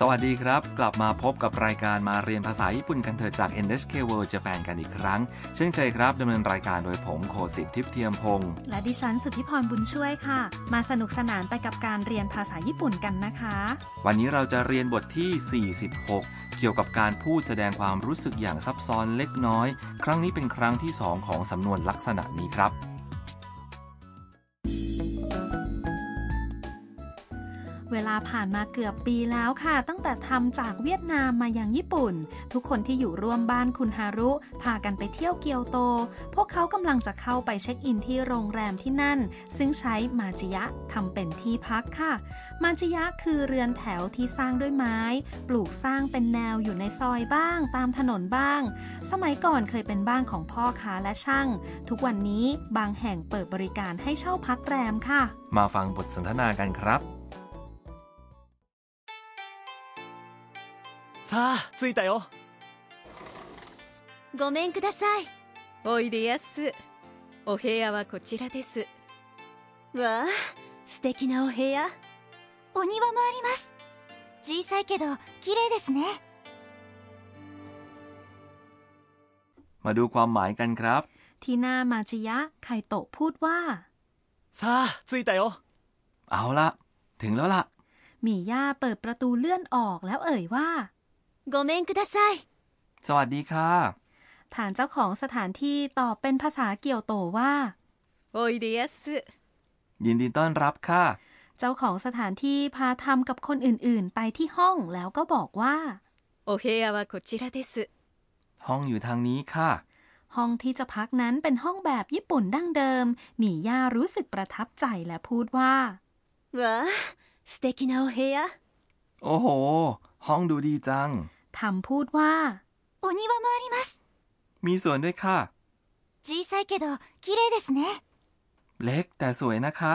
สวัสดีครับ กลับมาพบกับรายการมาเรียนภาษาญี่ปุ่นกันเถอะจาก NHK World Japan กันอีกครั้ง เช่นเคยครับดำเนินรายการโดยผมโคสิทธิ์ทิพย์เทียมพงศ์ และดิฉันสุทธิพรบุญช่วยค่ะ มาสนุกสนานไปกับการเรียนภาษาญี่ปุ่นกันนะคะ วันนี้เราจะเรียนบทที่ 46 เกี่ยวกับการพูดแสดงความรู้สึกอย่างซับซ้อนเล็กน้อย ครั้งนี้เป็นครั้งที่สองของสำนวนลักษณะนี้ครับ เวลาผ่านมาเกือบปีแล้วค่ะ ตั้งแต่ทำจากเวียดนามมายังญี่ปุ่น ทุกคนที่อยู่ร่วมบ้านคุณฮารุ พากันไปเที่ยวเกียวโต พวกเขากำลังจะเข้าไปเช็คอินที่โรงแรมที่นั่น ซึ่งใช้มาจิยะทำเป็นที่พักค่ะ มาจิยะคือเรือนแถวที่สร้างด้วยไม้ ปลูกสร้างเป็นแนวอยู่ในซอยบ้าง ตามถนนบ้าง สมัยก่อนเคยเป็นบ้านของพ่อค้าและช่าง ทุกวันนี้บางแห่งเปิดบริการให้เช่าพักแรมค่ะ มาฟังบทสนทนากันครับ さあ着いたよごめんくださいおいでやすお部屋はこちらですわあ素敵なお部屋お庭もあります小さいけど綺麗ですね มาดูความหมายกันครับ ที่หน้ามาจิยะไคโตะพูดว่า さあ着いたよ เอาละถึงแล้วละ มีย่าเปิดประตูเลื่อนออกแล้วเอ่ยว่า ごめんください สวัสดีค่ะ ฐานเจ้าของสถานที่ตอบเป็นภาษาเกี่ยวโตว่า おいでやす ยินดีต้อนรับค่ะ เจ้าของสถานที่พาทำกับคนอื่นๆ ไปที่ห้องแล้วก็บอกว่า お部屋はこちらです ห้องอยู่ทางนี้ค่ะ ห้องที่จะพักนั้นเป็นห้องแบบญี่ปุ่นดั้งเดิม มีย่ารู้สึกประทับใจและพูดว่า わあ素敵なお部屋 โอ้โห ห้องดูดีจัง ทำพูดว่า お庭もあります มีสวนด้วยค่ะ 小さいけど綺麗ですね เล็กแต่สวยนะคะ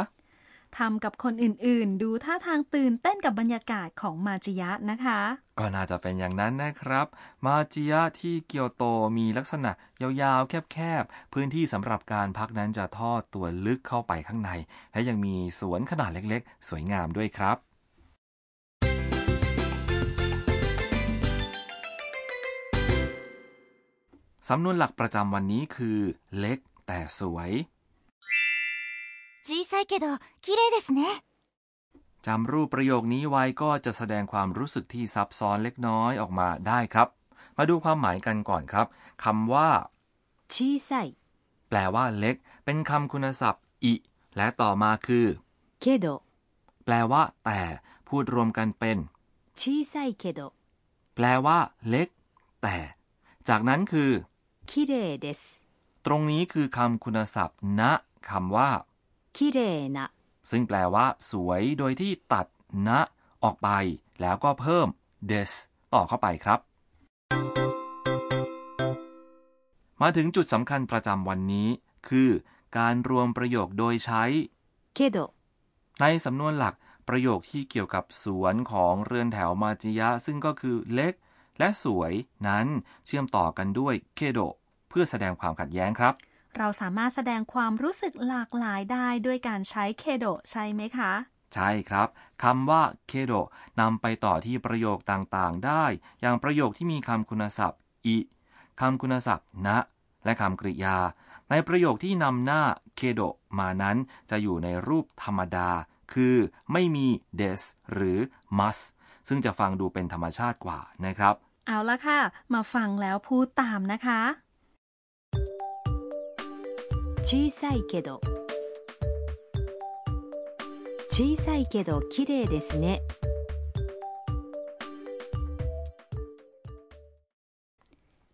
ทำกับคนอื่นๆ ดูท่าทางตื่นเต้นกับบรรยากาศของมาจิยะนะคะ ก็น่าจะเป็นอย่างนั้นนะครับ มาจิยะที่เกียวโตมีลักษณะยาวๆ แคบๆ พื้นที่สำหรับการพักนั้นจะทอดตัวลึกเข้าไปข้างใน และยังมีสวนขนาดเล็กๆ สวยงามด้วยครับ สำนวนหลักประจำวันนี้คือ เล็กแต่สวย 小さいけど綺麗ですね จำรูปประโยคนี้ไว้ก็จะแสดงความรู้สึกที่ซับซ้อนเล็กน้อยออกมาได้ครับ มาดูความหมายกันก่อนครับคำว่า 小さい แปลว่าเล็ก เป็นคำคุณศัพท์ อิ และต่อมาคือ けど แปลว่า แต่พูดรวมกันเป็น 小さいけど แปลว่า เล็ก แต่ จากนั้นคือ 綺麗です ตรงนี้คือคำคุณศัพท์ ณคำว่า 綺麗な ซึ่งแปลว่า สวยโดยที่ตัด ณ ออกไป แล้วก็เพิ่ม des ต่อเข้าไปครับ มาถึงจุดสำคัญประจำวันนี้ คือ การรวมประโยคโดยใช้ けど ในสำนวนหลักประโยคที่เกี่ยวกับสวนของเรือนแถวมาจิยะ ซึ่งก็คือเล็ก และสวยนั้นเชื่อมต่อกันด้วยเคโดะเพื่อแสดงความขัดแย้งครับ เราสามารถแสดงความรู้สึกหลากหลายได้ด้วยการใช้เคโดะใช่ไหมคะ ใช่ครับคำว่าเคโดะนำไปต่อที่ประโยคต่างๆ ได้ อย่างประโยคที่มีคำคุณศัพท์อิคำคุณศัพท์นะ และคำกริยา ในประโยคที่นำหน้าเคโดะมานั้นจะอยู่ในรูปธรรมดา คือไม่มี des หรือ must ซึ่งจะฟังดูเป็นธรรมชาติกว่านะครับ เอาละค่ะ มาฟังแล้วพูดตามนะคะ 小さいけど小さいけど綺麗ですね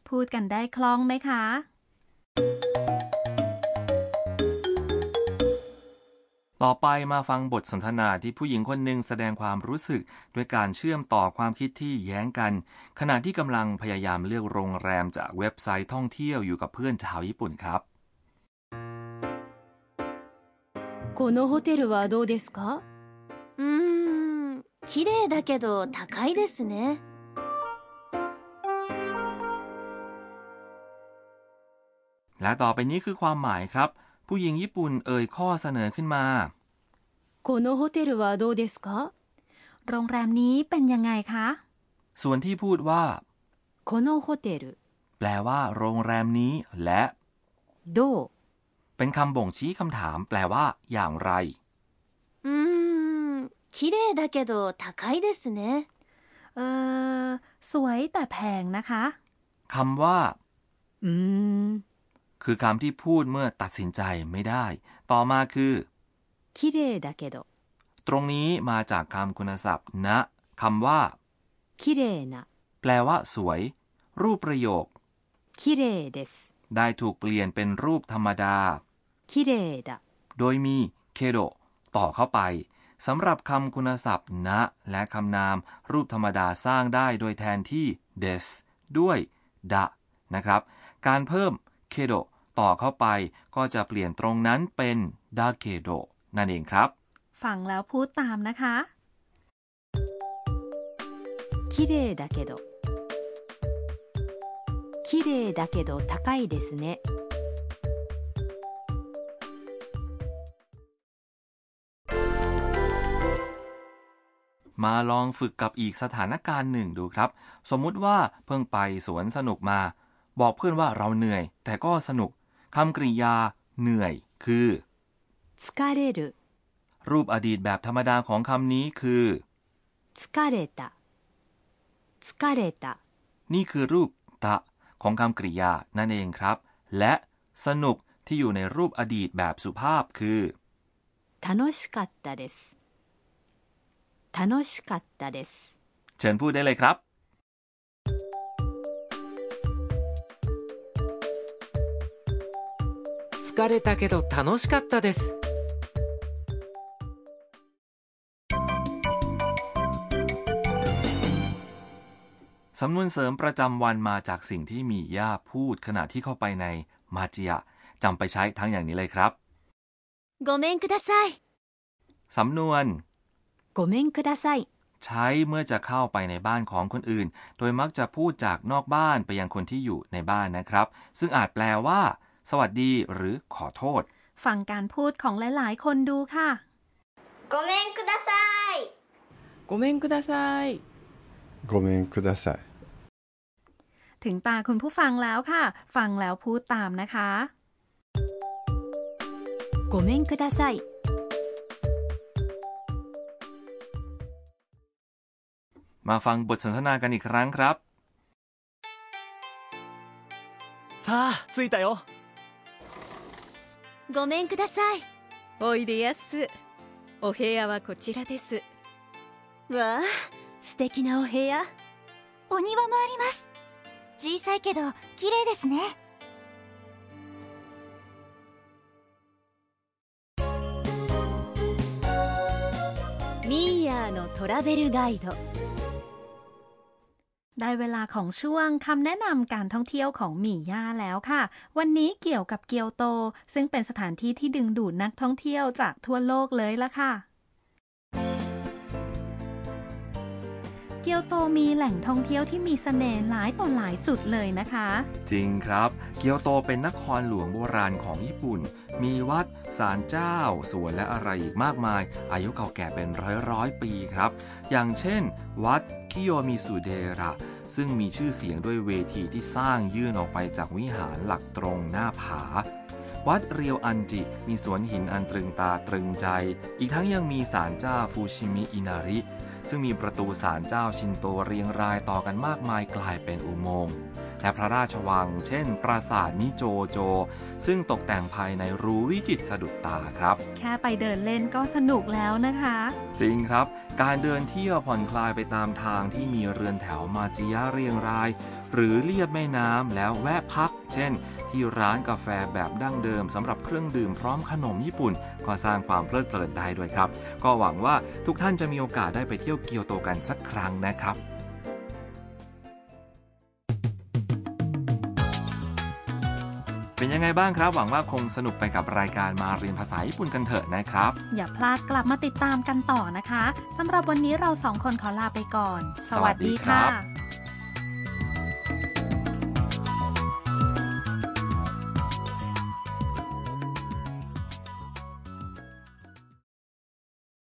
พูดกันได้คล่องไหมคะ ต่อไปมาฟังบทสนทนาที่ผู้หญิงคนหนึ่งแสดงความรู้สึก ด้วยการเชื่อมต่อความคิดที่แย้งกัน ขณะที่กำลังพยายามเลือกโรงแรมจากเว็บไซต์ท่องเที่ยวอยู่กับเพื่อนชาวญี่ปุ่นครับ このホテルはどうですかうーん綺麗だけど高いですね และต่อไปนี้คือความหมายครับ ผู้หญิงญี่ปุ่นเอ่ยข้อเสนอขึ้นมา このホテルはどうですか โรงแรมนี้เป็นยังไงคะ ส่วนที่พูดว่า このホテル แปลว่า โรงแรมนี้ และ どう เป็นคำบ่งชี้คำถาม แปลว่า อย่างไร うーん綺麗だけど高いですね เออสวยแต่แพงนะคะ คำว่า うーん คือคำที่พูดเมื่อตัดสินใจไม่ได้ ต่อมาคือ 綺麗だけど ตรงนี้มาจากคำคุณศัพท์นะคำว่า 綺麗な แปลว่า สวย รูปประโยค 綺麗です ได้ถูกเปลี่ยนเป็นรูปธรรมดา 綺麗だ โดยมีเคโดต่อเข้าไปสำหรับคำคุณศัพท์นะ และคำนาม รูปธรรมดาสร้างได้โดยแทนที่ des ด้วยดะนะครับ การเพิ่มเคโดต่อเข้าไปก็จะเปลี่ยนตรงนั้นเป็นดาเคโดนั่นเองครับ ฟังแล้วพูดตามนะคะ 綺麗だけど綺麗だけど高いですね มาลองฝึกกับอีกสถานการณ์หนึ่งดูครับ สมมุติว่าเพิ่งไปสวนสนุกมา บอกเพื่อนว่าเราเหนื่อย แต่ก็สนุกคำกริยา เหนื่อย คือ 疲れる รูปอดีตแบบธรรมดาของคำนี้คือ 疲れた疲れた นี่คือรูปตะของคำกริยานั่นเองครับ และสนุกที่อยู่ในรูปอดีตแบบสุภาพคือ 楽しかったです楽しかったです เชิญพูดได้เลยครับ 疲れたけど楽しかったです สำนวนเสริมประจำวันมาจากสิ่งที่มีย่าพูดขณะที่เข้าไปในมาจิยะจำไปใช้ทั้งอย่างนี้เลยครับ ごめんください สำนวน ごめんください ใช้เมื่อจะเข้าไปในบ้านของคนอื่น โดยมักจะพูดจากนอกบ้านไปยังคนที่อยู่ในบ้านนะครับ ซึ่งอาจแปลว่า สวัสดี หรือขอโทษ ฟังการพูดของหลาย ๆ คนดูค่ะ ごめんくださいごめんくださいごめんください ถึงตาคุณผู้ฟังแล้วค่ะ ฟังแล้วพูดตามนะคะ ごめんください มาฟังบทสนทนากันอีกครั้งครับ さあ着いたよごめんくださいおいでやすお部屋はこちらですわあ素敵なお部屋お庭もあります小さいけど綺麗ですねミーヤーのトラベルガイド ได้เวลาของช่วงคำแนะนำการท่องเที่ยวของหมี่ย่าแล้วค่ะ วันนี้เกี่ยวกับเกียวโต ซึ่งเป็นสถานที่ที่ดึงดูดนักท่องเที่ยวจากทั่วโลกเลยละค่ะ เกียวโตมีแหล่งท่องเที่ยวที่มีเสน่ห์หลายต่อหลายจุดเลยนะคะ จริงครับ เกียวโตเป็นนครหลวงโบราณของญี่ปุ่น มีวัด ศาลเจ้า สวนและอะไรอีกมากมาย อายุเก่าแก่เป็นร้อยร้อยๆปีครับ อย่างเช่น วัดคิโยมิสุเดระซึ่งมีชื่อเสียงด้วยเวทีที่สร้างยื่นออกไปจากวิหารหลักตรงหน้าผา วัดเรียวอันจิ มีสวนหินอันตรึงตาตรึงใจ อีกทั้งยังมีศาลเจ้าฟูชิมิอินาริ ซึ่งมีประตูศาลเจ้าชินโตเรียงรายต่อกันมากมายกลายเป็นอุโมงค์ และพระราชวัง เช่น ปราสาทนิโจโจ ซึ่งตกแต่งภายในรูวิจิตรสะดุดตาครับ แค่ไปเดินเล่นก็สนุกแล้วนะคะ จริงครับ การเดินเที่ยวผ่อนคลายไปตามทางที่มีเรือนแถวมาจิยะเรียงราย หรือเลียบแม่น้ำแล้วแวะพัก เช่น ที่ร้านกาแฟแบบดั้งเดิมสำหรับเครื่องดื่มพร้อมขนมญี่ปุ่น ก็สร้างความเพลิดเพลินได้ด้วยครับ ก็หวังว่าทุกท่านจะมีโอกาสได้ไปเที่ยวเกียวโตกันสักครั้งนะครับ เป็นยังไงบ้างครับ หวังว่าคงสนุกไปกับรายการมาเรียนภาษาญี่ปุ่นกันเถอะนะครับ อย่าพลาดกลับมาติดตามกันต่อนะคะสำหรับวันนี้เราสองคนขอลาไปก่อน สวัสดีครับ